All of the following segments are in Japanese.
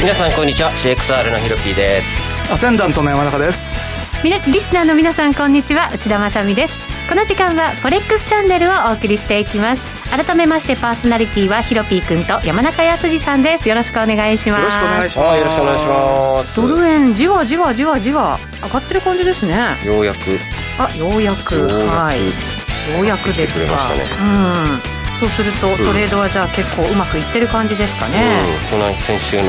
皆さんこんにちは CXR のヒロピーですアセンダントの山中ですみなリスナーの皆さんこんにちは内田まさみですこの時間はフォレックスチャンネルをお送りしていきます改めましてパーソナリティはヒロピー君と山中康二さんですよろしくお願いしますよろしくお願いしあますよろしくお願いしますドル円じわじわじわじわ上がってる感じですねようやくあようやくようやくはいようやくです上かがってきてくうんそうすると、トレードはじゃあ結構うまくいってる感じですかね、うん、この先週の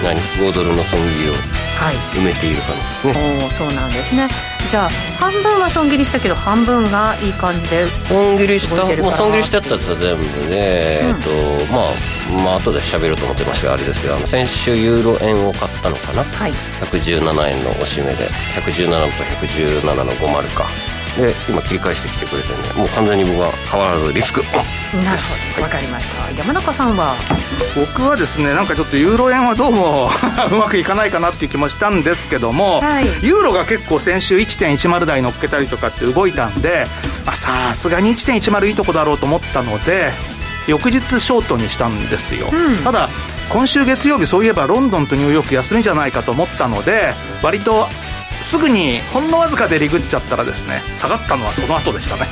何5ドルの損切りをはい埋めている感じですねおおそうなんですねじゃあ半分は損切りしたけど半分がいい感じで損切りし動いてたるもかうな損切りしちゃったやつは全部で、うんえっとまあまあ後で喋ろうと思ってましたがあれですけどあの先週ユーロ円を買ったのかなはい117円のおしめで117と117の50かで今切り返してきてくれてねもう完全に僕は変わらずリスクオンなでるすほどわかりました山中さんは僕はですねなんかちょっとユーロ円はどうも うまくいかないかなっていう気もしたんですけども、はいユーロが結構先週1.10台乗っけたりとかって動いたんで、まあ、さすがに1.10いいとこだろうと思ったので翌日ショートにしたんですよ、うんただ今週月曜日そういえばロンドンとニューヨーク休みじゃないかと思ったので割とすぐにほんのわずかでリグっちゃったらですね下がったのはその後でしたね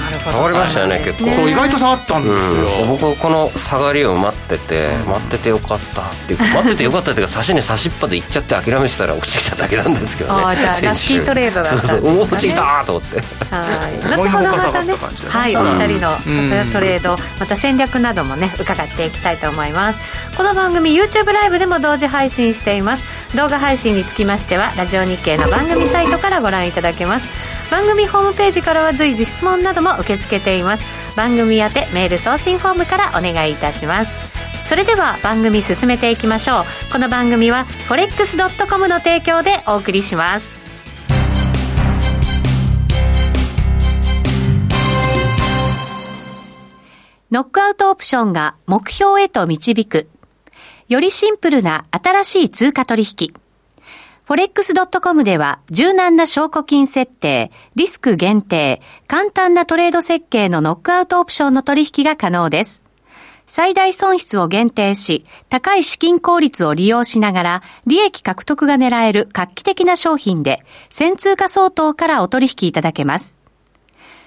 なるほど変わりましたよねそうなんです結構そう意外と下がったんですよ、うん、僕この下がりを待ってて待っててよかったっていう か待っててよかったっていうか差しに差しっぱで行っちゃって諦めてたら落ちてきただけなんですけどねあーじゃあ先週ラッキートレードだったんですそうねそうおー落ちてきたーと思ってはい思 後いほもど動まかさたねなかった感じだねはいおうん二人のうんトレードまた戦略などもね伺っていきたいと思いますこの番組 YouTube ライブでも同時配信しています動画配信につきましてはラジオ日経の番組サイトからご覧いただけます番組ホームページからは随時質問なども受け付けています番組宛てメール送信フォームからお願いいたしますそれでは番組進めていきましょうこの番組は forex.com の提供でお送りしますノックアウトオプションが目標へと導く。よりシンプルな新しい通貨取引。forex.com では柔軟な証拠金設定、リスク限定、簡単なトレード設計のノックアウトオプションの取引が可能です。最大損失を限定し、高い資金効率を利用しながら、利益獲得が狙える画期的な商品で、先通貨相当からお取引いただけます。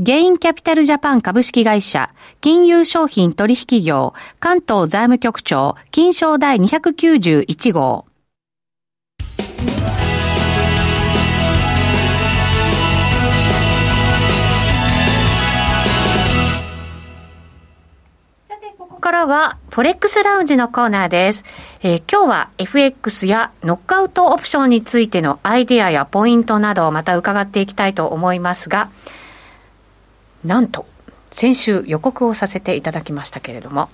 ゲインキャピタルジャパン株式会社、金融商品取引業、関東財務局長、金賞第291号。ここからは、フォレックスラウンジのコーナーです。えー今日は FX やノックアウトオプションについてのアイデアやポイントなどをまた伺っていきたいと思いますが、なんと、先週予告をさせていただきましたけれども、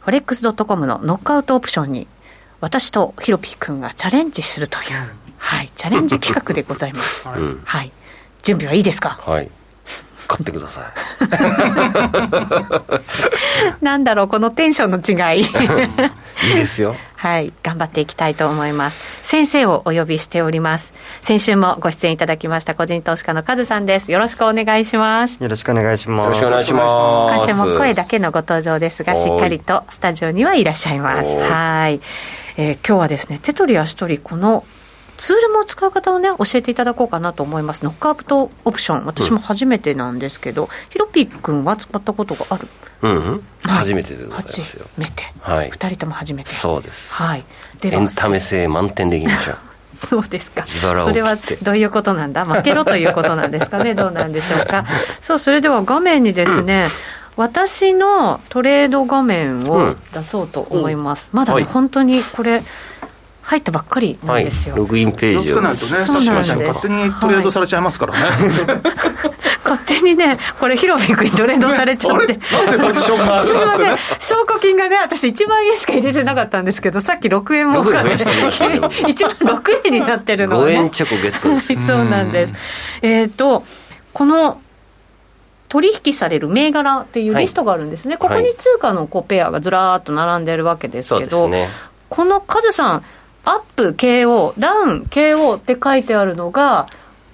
フォレックス .com のノックアウトオプションに、私とヒロピー君がチャレンジするという、はい、チャレンジ企画でございます。ん はい。準備はいいですかはい買ってください なんだろう、このテンションの違い。い いですよはい、頑張っていきたいと思います。先生をお呼びしております。先週もご出演いただきました個人投資家のカズさんです。よろしくお願いし ます。よろしくお願いします。よろしくお願いしまま今す週も声だけのご登場ですが、はいしっかりとスタジオにはいらっしゃいます。はいはい、えー今日はですね、手取り足取りこのツールの使い方をね教えていただこうかなと思います。ノックアットオプション、私も初めてなんですけど、ヒロピー君は使ったことがある。うん、うん、初めてでございますよ初めて。はい二人とも初めて。そうですはい。で エンタメ性満点でいきましょうそうですか。自腹をそれは切ってどういうことなんだ負けろということなんで すかねどうなんでしょうか。そう、それでは画面にですね、私のトレード画面うをん出そうと思います。まだはいね、本当にこれ、入ったばっかりなはんいですよ。ログインペ気ーをジつをけない とね、さそうっきなんみですたいに勝手にトレードされちゃいますからね。勝手にね、これ、ヒロピー君にトレードされちゃあっれて。 なんでポジションがあするみなんまてせねん。、証拠金がね、私1万円しか入れてなかったんですけど、さっき6円も6円買増っやて、してみましたね 1万6円になってるのは5ね。円チェコゲッ トですはい、そうなんです。えっ、と、この取引される銘柄っていうリストがあるんですはね、いここに通貨のこうペアがずらーっと並んでるわけですそうけですど、ねこのカズさん、アップ KO、ダウン KO って書いてあるのが、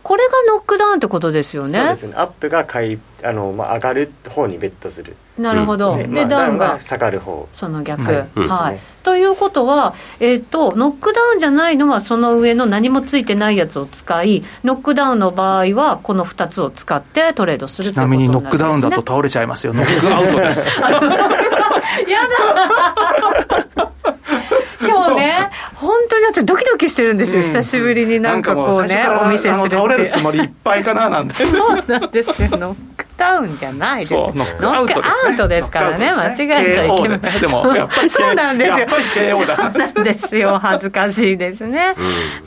これがノックダウンってことですよね。そうですねアップが買いあの、まあ、上がる方にベットするなるほど、で,、で、まあ、ダダウウンンがが下がる方その逆。はいうんはでいすねということは、えっと、ノックダウンじゃないのは、その上の何もついてないやつを使い、ノックダウンの場合は、この2つを使ってトレードするちなみにノックダウンだとというこ倒れちゃいますよ。ノックアウトです。 とになりますね。やだ今日ね、本当に私、ドキドキしてるんですよ、うん久しぶりになんかこうね、なんかおもう見せ最初するってかいらあの倒うれるつもりいっぱいかななんて。そうなんですよ、ノックダウンじゃないです、そうノックアウトですねノックアウトですからね、ノックア間ウトですね違えちゃいけない KO ででもやっぱりそうなんですよ、やっぱり KO だそうなんですよ、恥ずかしいですね。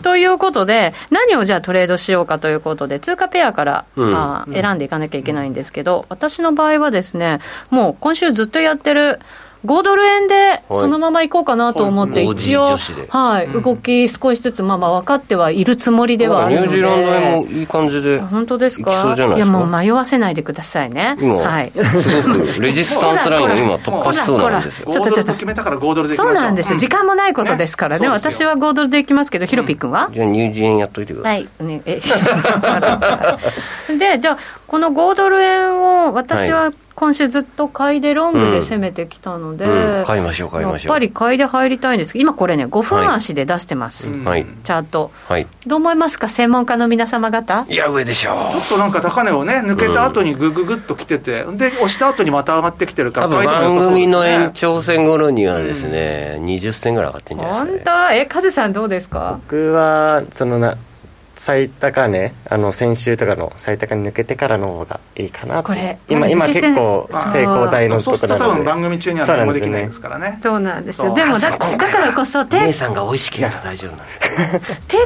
ということで、何をじゃあトレードしようかということで、通貨ペアから、うんあー選んでいかなきゃいけないんですけど、私の場合はですね、もう今週ずっとやってる、5ドル円でそのまま行こうかなと思っはて、い一おじい応女子で、はい、動き少しずつ、まあまあ分かってはいるつもりではあニるューのジで。ーランド円もいい感じで本当ですかいきそうじゃないいでやすかもう迷わせないでくださいね今、はいすごく レジスタンスラインを今突破しそうなんですよほらほ5ドルらちょっとちょっとと決めたから5ドルでいきましょそうなんですよ、時間もないことですからねねそうです私よは5ドルでいきますけどヒロピー君は、じゃあニュージー円やっといてくださ、はいい、ね、え でじゃあこの5ドル円を私は今週ずっと買いでロングで攻めてきたので、うん、買いましょう買いやまっしょうぱり買いで入りたいんですけど今これね5分足で出してます、うんはいチャートはいどう思いますか専門家の皆様方いや上でしょうちょっとなんか高値をね、抜けた後にグググっと来てて、で、押した後にまた上がってきてるか多ら、分買いとか良さ番そうで組すねの延長戦頃にはですね、20銭ぐらい上がってんじゃない本ですかね当えカズさんどうですか僕はそのな最高値あの先週とかの最高値抜けてからの方がいいかなってこれ今今抜け結て構抵抗体のとそうすこるとな多の分で番組中には何もできないですからね。そうなんですそようでもだだからこそ抵姉さんが美味しければ大丈夫なんで抵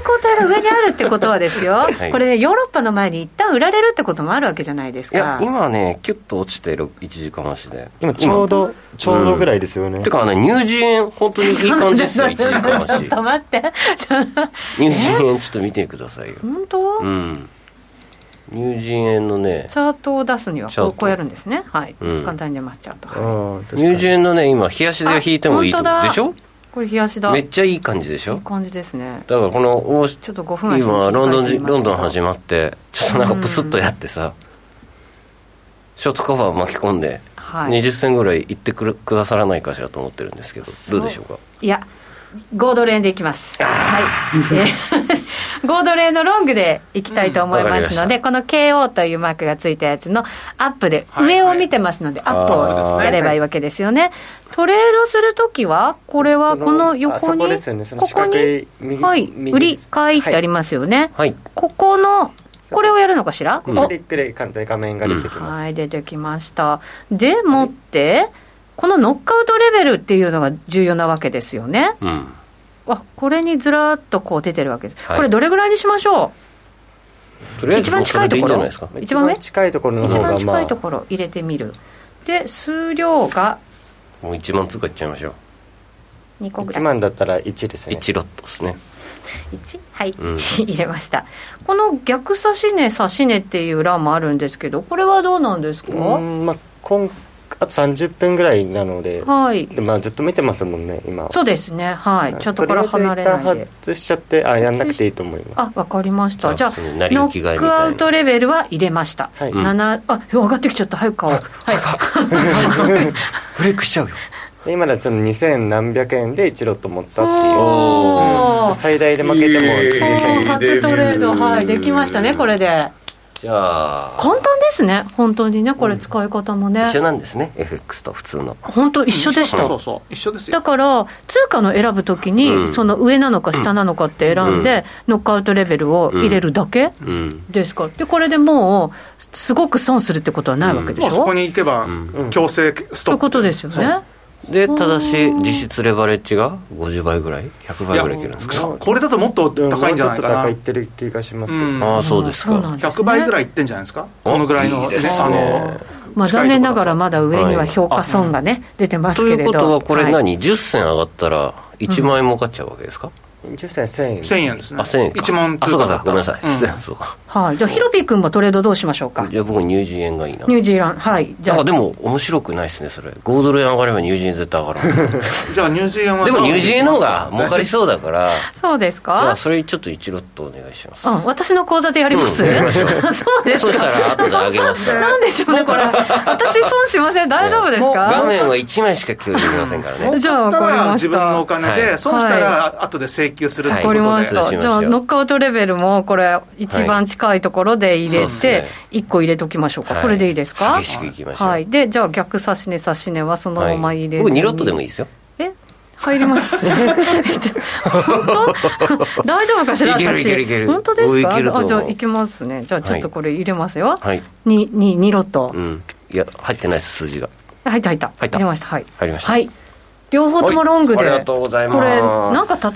抗体が上にあるってことはですよ、いこれねヨーロッパの前に一旦売られるってこともあるわけじゃないですいやか今ねキュッと落ちてる1時間足で今ちょうどちょうどぐらいですよね、てかねニュージー円本当にいい感じですよ1時 ちょ間足っと待って ちょっとニュージー円ちょっと見てくださいよ本当、うんニュージー円のねチャートを出すにはチャーこトうこうやるんですねはい、うん簡単に出ますチャートうはん確ニかュにージー円のね今冷やしで引いてもいいとあ本当でだしょいこれ冷やしだめいっちゃいい感じでしょい感じですねだからこの大ちょっと5分足今ロンドンじロンドン始始まってちょっとなんかプスッとやってさショートカバー巻き込んではい20銭ぐらい行ってくるくださらないかしらと思ってるんですけどそうどうでしょうかいや5ドル円でいきます はいえー 5ドル円のロングでいきたいと思いますので、この KO というマークがついたやつのアップでいはい上を見てますので、アップをやればいいわけですよねトレードするときはこれはこのあ横そにこですよねそのこ四こ角いに右はい右売り買いってありますよね、はいここのこれをやるのかしら、こおこクリックで簡単に画面が出てきます、はい、出てきました。でもって、このノックアウトレベルっていうのが重要なわけですよね。うんあこれにずらっとこう出てるわけです。はいこれ、どれぐらいにしましょとりあえ一ず番もうそ近れでいといいこんじゃないろですかまあ一番上近いところう、の一方が番ま近あいところ入れてみる。で、数量がもう1万通貨いっちゃいましょう2個ぐら1い。万だったら1ですね1ロットですね 1? はい、うん1入れました。この逆差し値、差し値っていう欄もあるんですけど、これはどうなんですかうーんまあ今あと30分ぐらいなので、はい。でまあずっと見てますもんね今はそうですね、はい。ちょっとこれ離れないとりあえずで一旦。外しちゃってあやんなくていいと思いますあ、わかりました。じゃあ、あそう成り行ノきがいッみたいクなアウトレベルは入れました。はいうん七あ、上がってきちゃった。早く買おう。ブレイクしちゃうよで今だとその2000何百円で1ロット持ったっていうおでー最大で負けてもおー2000円初トレード、はい、できましたね、これで。じゃあ簡単でですね本当にねこれ使い方もね、一緒なんですね FX と普通の本当一緒でした、そうそう一緒ですよだから通貨の選ぶときに、うんその上なのか下なのかって選んで、ノックアウトレベルを入れるだけうんですから、でこれでもうすごく損するってことはないわけでしもうょ、そこに行けば、強制ストといッうこプとですよねでただし実質レバレッジが50倍ぐらい100倍ぐらいいけるんですかそうこれだともっと高いんじゃないかもうちょっと高いっなてる気がしますけうど、んああそうですそうなんかです、 100ね、倍ぐらいいってんじゃないですかこのぐらいのいいですねあのまあ、近残い念となこがだらとまだ上には評価損がね、出てますとけいれどうことはこれはい何10銭上がったら1万円儲かっちゃうわけですか10銭1000円1000円ですねあ1000円か1万あ通そう貨かそうかごめんなさいうん失礼そうかはい、じゃあヒロピー君もトレードどうしましょうかじゃあ僕ニュージー円がいいなニュージーランドはいじゃなんあかでも面白くないですねそれ5ドル円上がればニュージー円絶対上が らないじゃあニュージーランドはでもニュージー円の方が儲かりそうだからそうですじゃかあそれちょっと一ロットお願いしますうん、私の口座でやります、うんやりましょう そうですそかしたら後であげます からなんでしょうねこれ私損しません大丈夫です画か面は1枚しか共有できませんからねじゃ儲あかっわかたりらま自し分のおた金はでい損したら後で請求するってはいこわかとりで、まそうしまししたょうじゃあノックアウトレベルもこれ一番近いところで入そうれですてね1個入れときましょうか、はいこれでいいですか激しくいきましょうはいでじゃあ逆差し値差し値はそのまま入れて、僕2ロットでもいいですよえ入ります 本当大丈夫かしらいける私いけるいける本当ですおいかけると思あうじゃあいきますねじゃあちょっとこれ入れますよ、はいにに2ロット、うんいや入ってないです数字が入った入った入ったれましたはい入りましたはい両方ともロングではいありがとうございますこれなんか戦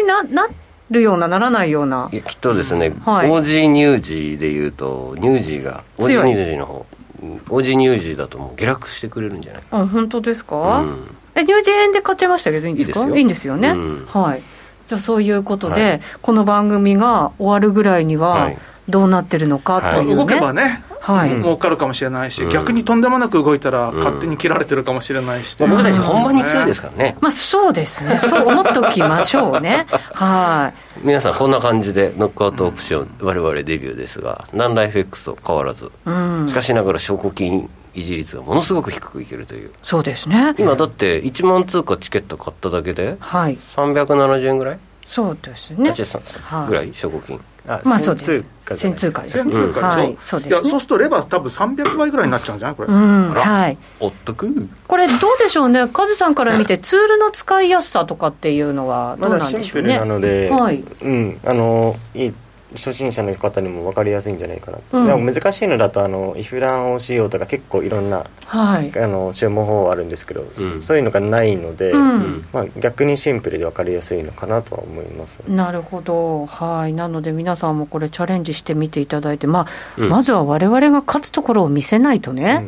いにななるようなならないようないやきっとですね、はいオージーニュージーでいうとニュージーがオージ強ーいニュージーの方うんオージーニュージーだともう下落してくれるんじゃないかあ本当ですか、うんえニュージー円で買っちゃいましたけどいいんですかいいですよいいんですよね、うんはいじゃあそういうことで、はいこの番組が終わるぐらいにははいどうなってるのかというね、動けばね、はい儲かるかもしれないし、逆にとんでもなく動いたら勝手に切られてるかもしれないし、まあ僕たちほんまに強いですすからね、まあそうですねそう思っときましょうね はい皆さんこんな感じでノックアウトオプション我々デビューですが何ら FX と変わらず、うんしかしながら証拠金維持率がものすごく低くいけるというそうですね今だって1万通貨チケット買っただけではい370円ぐらい、そうですねあ違うさはいぐらい証拠金あまあそうです先通貨じゃ先ないで通す貨かです先通貨でねはいしょ、そういでやすそうねするとレバー多分300倍ぐらいになっちゃうんじゃないこれ、うんあらはいおっとくこれどうでしょうねカズさんから見てツールの使いやすさとかっていうのはどまうなだんシでンしょプうルねなので、はいうん、あのいい初心者の方にも分かりやすいんじゃないかなと、うんでも難しいのだとあのイフランをしようとか結構いろんなはいあの注文法はあるんですけど、そうんそういうのがないので、うんまあ、逆にシンプルで分かりやすいのかなとは思います、なるほど、はい、なので皆さんもこれ、チャレンジしてみていただいて、まあうんまずは我々が勝つところを見せないとね、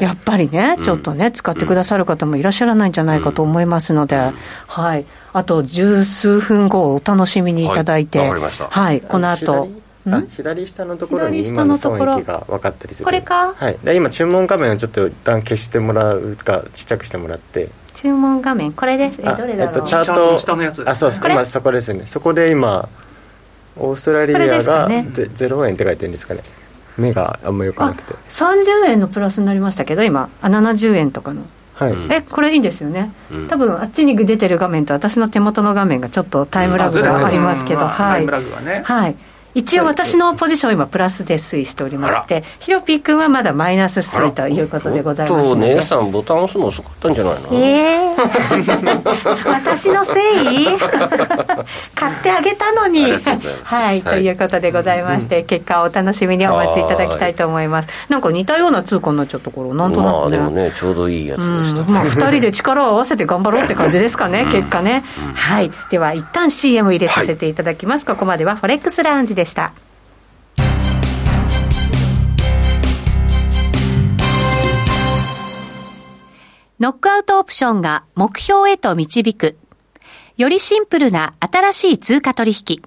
やっぱりね、うんちょっとね、使ってくださる方もいらっしゃらないんじゃないかと思いますので、はい、あと十数分後、をお楽しみにいただいて、ははいいわかりましたこの後左あん左下のところに左今下ののとこ損ろ益が分かったりするこれかはい、で今注文画面をちょっと一旦消してもらうかちっちゃくしてもらって注文画面、これです、あえどれだろう、えっとチャーチャートの下のやつですねあそうですこれ今そこですねそこで今オーストラリこれでアすかがねゼゼロ円って書いてるんですかね目があんまよくなあくて30円のプラスになりましたけど、今、あ70円とかの。はい、うんえこれいいですよね、うん多分あっちに出てる画面と私の手元の画面がちょっとタイムラグがありますけど、まあはタイいム、ラグがね、はい、一応私のポジション今プラスで推移しておりましてヒロピー君はまだマイナス推移ということでございますちょっとので姉さんボタン押すの遅かったんじゃないの、ええ 私のせい 買ってあげたのにありがとうございますはいとはいいうことでございまして、結果をお楽しみにお待ちいただきたいと思いますなんか似たような通貨になっちゃった頃なんとなまあくね,、でもねちょうどいいやつでした、うんまあ、2人で力を合わせて頑張ろうって感じですかね、結果ね、はいでは一旦 CM 入れさせていただきます、ここまではフォレックスラウンジでしたノックアウトオプションが目標へと導く。よりシンプルな新しい通貨取引。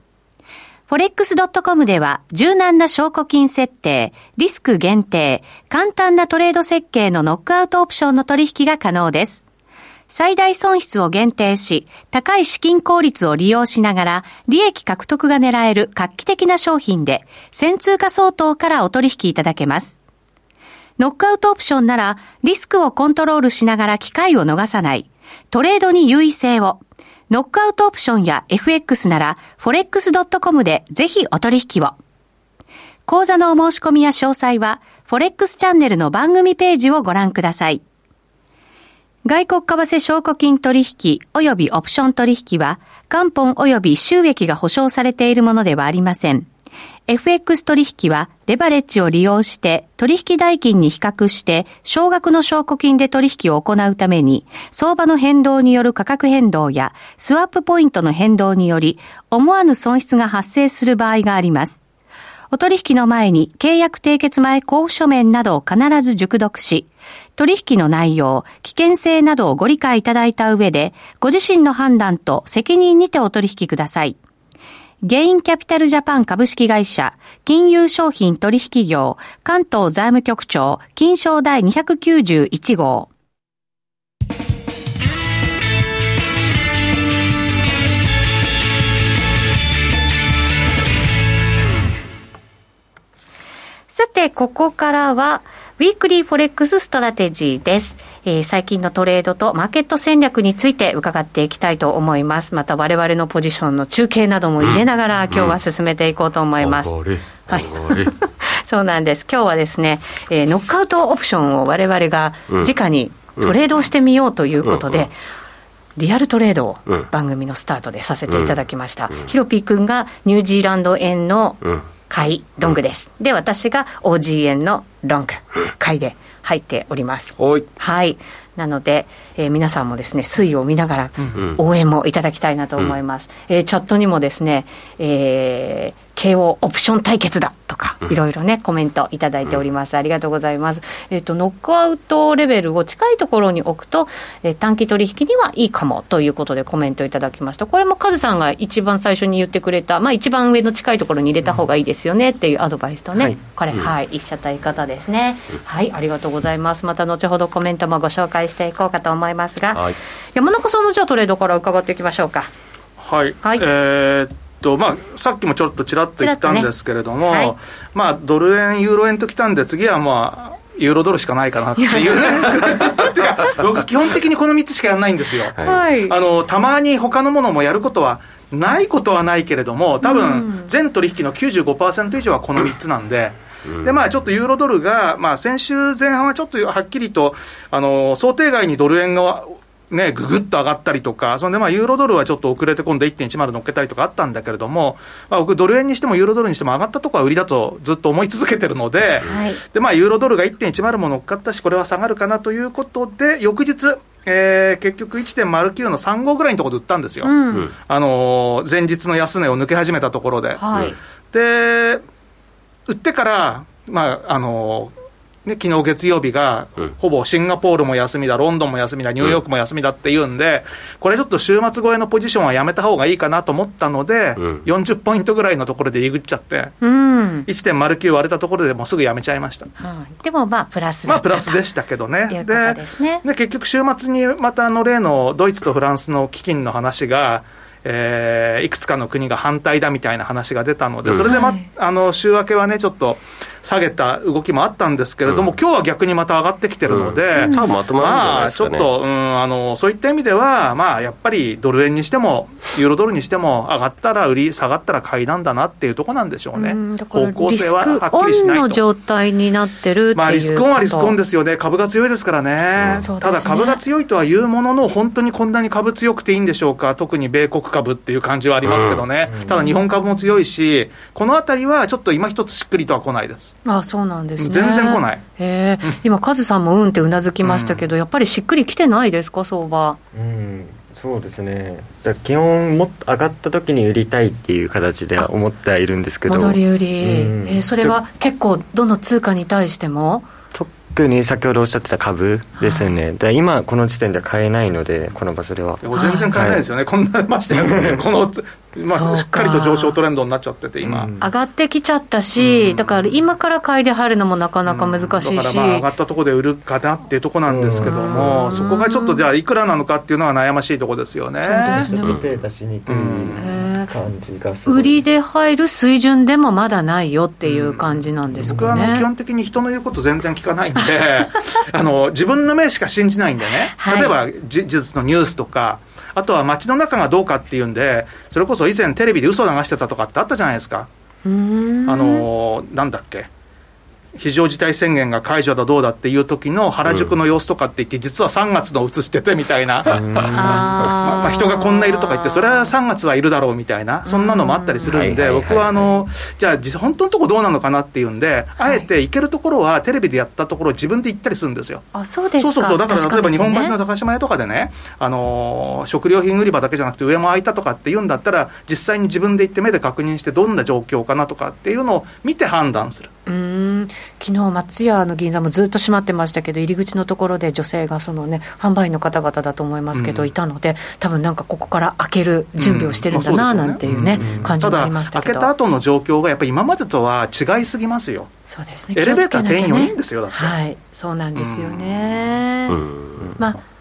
forex.com では柔軟な証拠金設定、リスク限定、簡単なトレード設計のノックアウトオプションの取引が可能です。最大損失を限定し、高い資金効率を利用しながら、利益獲得が狙える画期的な商品で、1000通貨相当からお取引いただけます。ノックアウトオプションならリスクをコントロールしながら機会を逃さない。トレードに優位性を。ノックアウトオプションや FX なら forex.com でぜひお取引を。講座のお申し込みや詳細はフォレックスチャンネルの番組ページをご覧ください。外国為替証拠金取引及びオプション取引は、元本及び収益が保証されているものではありません。FX 取引は、レバレッジを利用して、取引代金に比較して、少額の証拠金で取引を行うために、相場の変動による価格変動や、スワップポイントの変動により、思わぬ損失が発生する場合があります。お取引の前に契約締結前交付書面などを必ず熟読し、取引の内容、危険性などをご理解いただいた上で、ご自身の判断と責任にてお取引ください。ゲインキャピタルジャパン株式会社、金融商品取引業、関東財務局長、金賞第291号。さて、ここからは、ウィークリーフォレックスストラテジーです。えー最近のトレードとマーケット戦略について伺っていきたいと思います。また我々のポジションの中継なども入れながら、今日は進めていこうと思います。あれはいあれ そうなんです。今日はですね、えーノックアウトオプションを我々が直にトレードをしてみようということで、リアルトレードをうん番組のスタートでさせていただきました。ヒロピー君がニュージーランド円のうん買い、ロングです。で、私が OG 円のロング、買いで入っております。はいはい。なので、えー皆さんもですね、推移を見ながら、応援もいただきたいなと思います。えーチャットにもですね、えー、KO オプション対決だとか、いろいろね、コメントいただいております。ありがとうございます。えっ、と、ノックアウトレベルを近いところに置くと、えー短期取引にはいいかもということでコメントいただきました。これもカズさんが一番最初に言ってくれた、まあ一番上の近いところに入れた方がいいですよねっていうアドバイスとね、はいこれ、はい、一社対方ですね。はい、ありがとうございます。また後ほどコメントもご紹介していこうかと思いますが、はい山中さんのじゃあトレードから伺っていきましょうか。はい、はいえーっとまあ、さっきもちょっとちらっと言ったんですけれども、ちらっとねはいまあ、ドル円、ユーロ円ときたんで、次はまあ、ユーロドルしかないかなっていう ね。てか、僕、基本的にこの3つしかやらないんですよ。はいあのたまに他のものもやることはないことはないけれども、多分全取引の95%以上はこの3つなんで。でまあ、ちょっとユーロドルが、まあ、先週前半はちょっとはっきりとあの想定外にドル円が、ね、ぐぐっと上がったりとか、それでまあユーロドルはちょっと遅れて今度1.10乗っけたりとかあったんだけれども、まあ、僕、ドル円にしてもユーロドルにしても上がったところは売りだとずっと思い続けてるので、はいでまあ、ユーロドルが1.10も乗っかったし、これは下がるかなということで、翌日、えー結局1.09の35ぐらいのところで売ったんですよ、あのー前日の安値を抜け始めたところで。はい。で、売ってから、まああのーね、昨日月曜日が、ほぼシンガポールも休みだ、ロンドンも休みだ、ニューヨークも休みだっていうんで、これちょっと週末超えのポジションはやめた方がいいかなと思ったので、うん40ポイントぐらいのところで入り口っちゃって、うん。 1.09割れたところでもうすぐやめちゃいました。はい、でもまあプラスだまっあ、たプとラスでしたけどね。ということですねで結局、週末にまたあの例のドイツとフランスの基金の話が、えーいくつかの国が反対だみたいな話が出たので、それで、まはいあの週明けはね、ちょっと下げた動きもあったんですけれども、今日は逆にまた上がってきてるので、多分まとまるんじゃないまであ、すちょかっね。と、うん、あの、そういった意味では、まあ、やっぱりドル円にしても、ユーロドルにしても、上がったら売り、下がったら買いなんだなっていうところなんでしょうねうんだ。から方向性ははっきりリスしクオなンいのと。状態になってるっていうこと、まあ、リスクオンはリスクオンですよね、株が強いですからね、そうでたすねだ株が強いとは言うものの、本当にこんなに株強くていいんでしょうか、特に米国株っていう感じはありますけどね、ただ日本株も強いし、このあたりはちょっと今一つしっくりとは来ないです。あそうなんですね全然来ないへえ今カズさんもうんってうなずきましたけど、やっぱりしっくりきてないですか相場うんそうですねだから基本もっと上がった時に売りたいっていう形では思ってはいるんですけど戻り売り、うんえーそれは結構どの通貨に対しても特に先ほどおっしゃってた株ですね、だから今この時点では買えないのでこの場所では全然買えないですよね、こん なましてや、この、そうまかあ、しっかりと上昇トレンドになっちゃってて、今。うん上がってきちゃったし、だから今から買いで入るのもなかなか難しいだからし、まあ上がったところで売るかなっていうところなんですけどうも、んそこがちょっとじゃあ、いくらなのかっていうのは悩ましいところですよね。ちょっと手出しにくいん感じがすごい売りで入る水準でもまだないよっていう感じなんです僕はかあのね基。本的に人の言うこと全然聞か ないんであの自分の目しか信じないんでね、はい例えばじ事実のニュースとかあとは街の中がどうかっていうんでそれこそ以前テレビで嘘流してたとかってあったじゃないですかあのなんだっけ非常事態宣言が解除だどうだっていう時の原宿の様子とかって言って、実は3月の映しててみたいな、まあまあ、人がこんないるとか言って、それは3月はいるだろうみたいな、そんなのもあったりするんで、うん僕はあの、じゃあ、実本当のとこどうなのかなっていうんで、あえて行けるところはテレビでやったところ、自分で行ったりするんですよ。あそうですそかうそうそう、だから例えば日本橋の確かにね高島屋とかでね、あのー食料品売り場だけじゃなくて、上も開いたとかっていうんだったら、実際に自分で行って目で確認して、どんな状況かなとかっていうのを見て判断する。うーん昨日松屋の銀座もずっと閉まってましたけど入り口のところで女性がそのね販売員の方々だと思いますけど、うんいたので多分なんかここから開ける準備をしてるんだなうんまあなんていうね,、感じたもあだりまし、た開けけどた後の状況がやっぱり今までとは違いすぎますよ。そうですねエレベーター気をつけな定きゃ員四人ですよだってはいそうなんですよね、うんまあ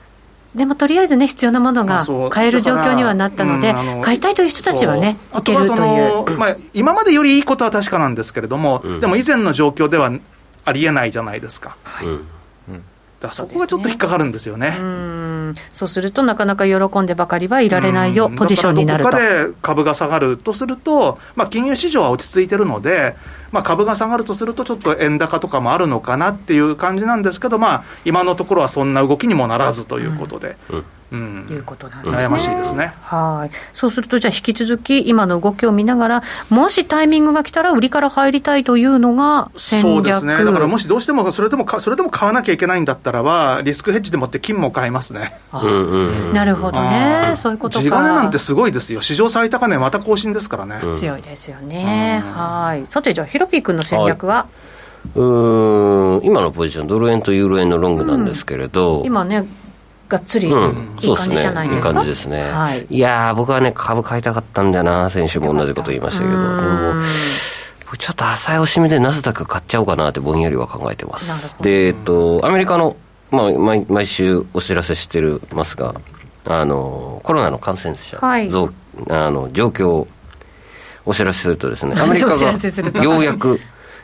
でもとりあえずね必要なものまがあそう買える状だか況らにはなったので、うんあの買いたいという人たちはねそういけるとあというはその、まあ、今までよりいいことは確かなんですけれども、うんでも以前の状況ではありえないじゃないですか。うんだからそこがちょっと引っかかるんですよね。うんそうするとなかなか喜んでばかりはいられないよ、うんポジションになるだとからどこかで株が下がるとすると、まあ、金融市場は落ち着いてるので、まあ、株が下がるとすると、ちょっと円高とかもあるのかなっていう感じなんですけど、まあ、今のところはそんな動きにもならずということで、うんうんいうことなんですね悩ましいですね。はいそうすると、じゃあ引き続き、今の動きを見ながら、もしタイミングが来たら、売りから入りたいというのが戦略そうですね、だからもしどうしてもそれでもか、それでも買わなきゃいけないんだったらば、リスクヘッジでもって金も買いますね、うんうんうんなるほどね、うんそういうことか地金なんてすごいですよ、史上最高値、また更新ですからね、強いですよね、はいさて、じゃあ、ヒロピー君の戦略は、うーん今のポジションドル円とユーロ円のロングなんですけれど、今ね、がっつりいいうん、そうです感じねじゃないいいですか。感じですね、はいい、やー僕はね株買いたかったんだよな先週も同じこと言いましたけどもう僕ちょっと浅いおしみでナスダック買っちゃおうかなってぼんやりは考えてまなるほすどでえっとアメリカの、まあ、毎毎週お知らせしてるますがあのコロナの感染者はい増、あの状況をお知らせするとですねアメリカ お知らせするがとようやく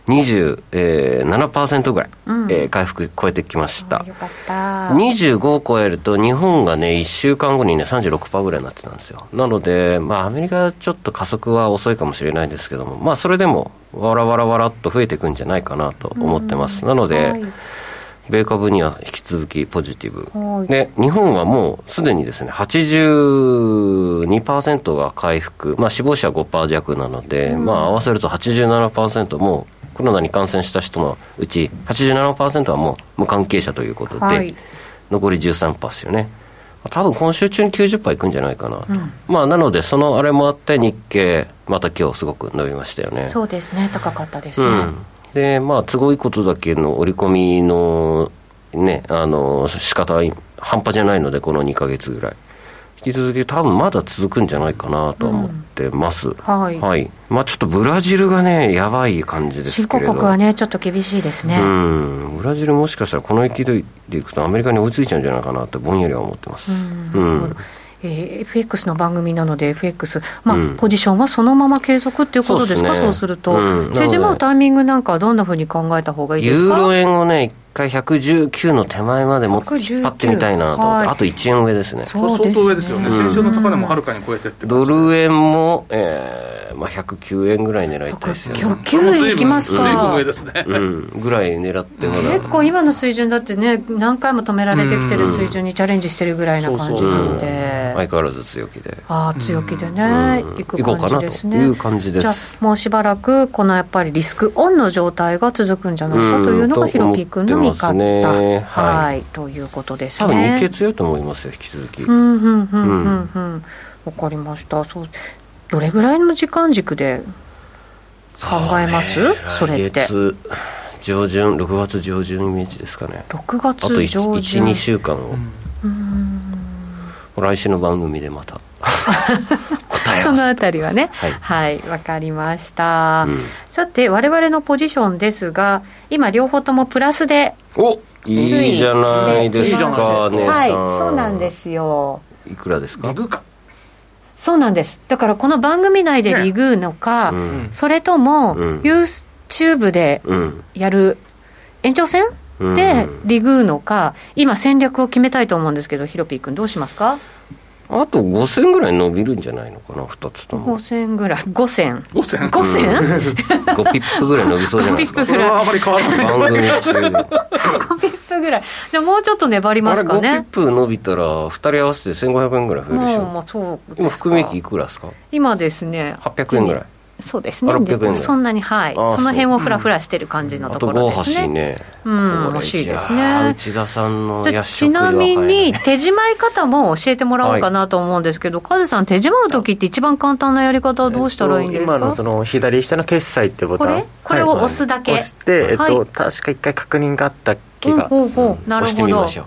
27%ぐらい、えー回復超えてきました、よかった。 25を超えると日本がね1週間後にね36%ぐらいになってたんですよなのでまあアメリカはちょっと加速は遅いかもしれないですけどもまあそれでもわらわらわらっと増えていくんじゃないかなと思ってますなので、はい米株には引き続きポジティはいブで日本はもうすでにですね82%が回復、まあ、死亡者は5%弱なので、まあ合わせると87%もうコロナに感染した人のうち87%はもう無関係者ということで、はい残り13%ですよね多分今週中に90%いくんじゃないかなと、まあなのでそのあれもあって日経また今日すごく伸びましたよねそうですね、高かったですね。うん、でまあ都合いいことだけの織り込みのねあの仕方は半端じゃないのでこの2か月ぐらい引き続き多分まだ続くんじゃないかなとは思ってます、はいまあちょっとブラジルがねやばい感じです新け興れど国はね、ちょっと厳しいですね。うんブラジルもしかしたらこの勢いでいくとアメリカに追いついちゃうんじゃないかなってぼんやりは思ってますうんえー FX の番組なので FX、まあうんポジションはそのまま継続っていうことですかそうそうっすねすると、うん手締まなのうでタイミングなんかはどんなふうに考えた方がいいですユーかロ円をね一回119の手前までも引っ張ってみたいなと思っはいてあと1円上ですねそうですね相当上ですよね、うん先週の高値もはるかに超えてってド感じでル円も、えーまあ、109円ぐらい狙いたいですよ供ね、給いきますずいぶんか上ですね。うん、ぐらい狙ってまだ結構今の水準だってね何回も止められてきてる水準にチャレンジしてるぐらいな感じそうなそうので、相変わらず強気で、ああ強気でね、うんいく行こうか感なじですとねいう感じでじゃあすもうしばらくこのやっぱりリスクオンの状態が続くんじゃないかというのがうんひろき君の見方、と思ってますねはい、はいということです多分ね日経強いと思いますよ引き続き、うんうんうんうんうんわかりましたそうどれぐらいの時間軸で考えますそ,、れって来月上旬6月上旬イメージですかね6あと月上旬12週間を、来週の番組でま た答えそをのあたりはねはいはいわ、かりました、うんさて我々のポジションですが今両方ともプラスでおいいじゃないですいいじゃかない姉さんはいそうなんですよいくらですかリグかそうなんですだからこの番組内でリグーのか、うんそれともうん YouTube でうんやる延長戦うんでリグーのか今戦略を決めたいと思うんですけどヒロピー君どうしますかあと5000ぐらい伸びるんじゃないのかな、2つとも五。千ぐらい、五千。五千五千。 5ピップぐらい伸びそうじゃないですか。それはあまり変わらないと思番いま組す中。五ピップぐらい。じゃあもうちょっと粘りあまれすか5ピッね。プ伸びたら、2人合わせて1500円ぐらい増えるでしもうょ。まあそうですか。今、含み益いくらですか今ですね。 800円ぐらい。そうですね。あ600円ぐらいでもそんなにはい。ああその辺をフラフラしてる感じのあとところ5です橋ね。ね。うんこれ欲しいですねやー内田さんのじゃあ夜ち食なみには手締まい方も教えてもらおうかなと思うんですけど、カズさん手締まう時って一番簡単なやり方はどうしたらいいんですか、えっと今のその左下の決済ってボこタンれこれをはい押すだけ、押して、えっとはい確か一回確認があった気うんが、ほうほうなる押してほみどましょう。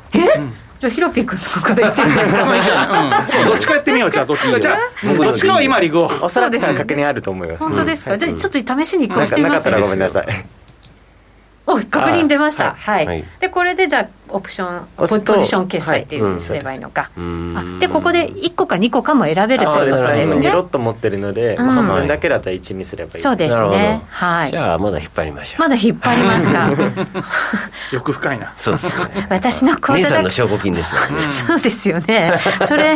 じゃあヒロピー君のとこから言ってみましょうまあいいじゃんうんそうどっちかやってみようじゃあどっちかじゃあどっちかは今リグをおそらく多分確認あると思います本当ですか、うんじゃあちょっと試しに一な回押んしかてみなかまっすたらごめんなさいお確認出ましたあはい、はいでこれでじゃあオプションポ押すとポジション決済っていうはいのにすればいいのか、うーあんでここで1個か2個かも選べるあとそういうでこすとねです今ね2ロット持ってるので、んまあ半分だけだったら1にすればいいそうですすなるほねどはいじゃあ、まだ引っ張りましょう。まだ引っ張りますか欲深いなそうですね。私の口姉座さだんの証拠金ですね。 そうですよね。それ、いい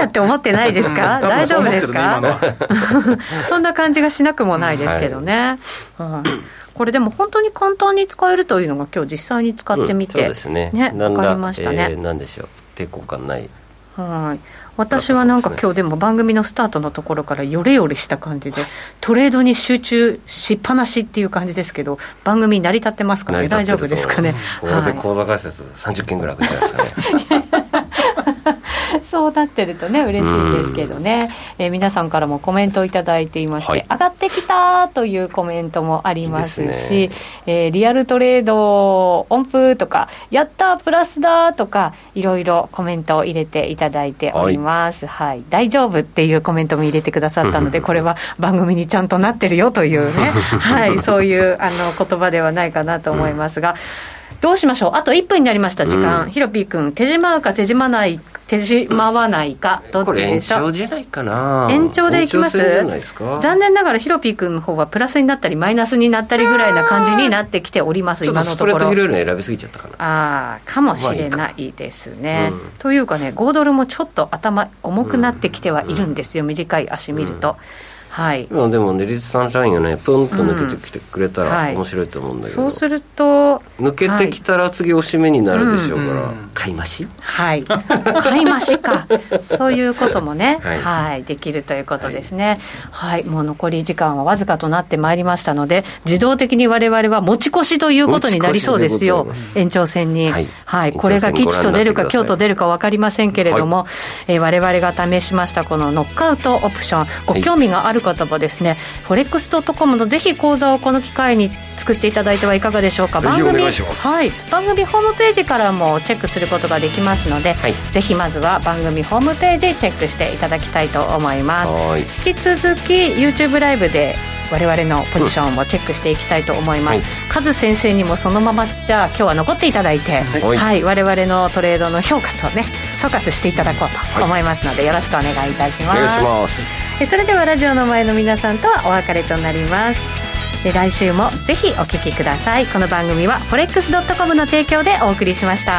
やって思ってないですかうん多分大丈夫ですそう思っかてるねそんな感じがしなくもないですけどね。うんこれでも本当に簡単に使えるというのが今日実際に使ってみて。うんそうですね。ね、なわんだかりましたえーね。なんでしょう。抵抗感ない。はい。私はなんか今日でも番組のスタートのところからよれよれした感じでトレードに集中しっぱなしっていう感じですけど番組成り立ってますか成りね立っ大てる丈夫ですかねと思いますこれではい口座開設30件ぐらい開くじゃないですかね。 そうなってるとね嬉しいですけどね、えー皆さんからもコメントをいただいていまして、はい上がってきたというコメントもありますいいですしねえーリアルトレード音符とかやったプラスだとかいろいろコメントを入れていただいております、はい大丈夫っていうコメントも入れてくださった のでこれは番組にちゃんとなってるよというね、はい、そういうあの言葉ではないかなと思いますが。どうしましょうあと1分になりました時間、うんヒロピー君手締まうか手締まない手締まわないか どこっちれで延しょ長うじゃないかな。延長でいきます延長戦じゃないですか。残念ながらヒロピー君の方はプラスになったりマイナスになったりぐらいな感じになってきておりますちょっと今のスとプこレッドろ広いの選びすぎちゃったかな。ああかもしれないですね、というかね5ドルもちょっと頭重くなってきてはいるんですよ、短い足見ると、はい今でもね、リズサンシャインがね、プンと抜けてきてくれたうんはらい面白いと思うんだけど。そうすると抜けてきたら次おしめになるでしょうかはらいうん、買い増しはい、 買い増しか、そういうこともね、は、はいいできるということですね。はい、もう残り時間はわずかとなってまいりましたので、自動的に我々は持ち越しということになりそうです持よち越しでございま。す延長戦に、ははいい、これが吉と出るか、延長戦ご覧になってください今日と出るかわかりませんけれども、えー我々が試しましたこのノックアウトオプション、ご興味がある方はですね、フォレックスドットコムのぜひ講座をこの機会に作っていただいてはいかがでしょうか。ぜひお願いしますはい、番組ホームページからもチェックすることができますので、はいぜひまずは番組ホームページチェックしていただきたいと思いますはーい。引き続き YouTube ライブで我々のポジションをチェックしていきたいと思います、うんはカズ先生にもそのままじゃあ今日は残っていただいて、ははいい我々のトレードの評価をね総括していただこうと思いますので、よろしくお願いいたしお願いします。えそれではラジオの前の皆さんとはお別れとなりますえ来週もぜひお聞きくださいこの番組は forex.com の提供でお送りしました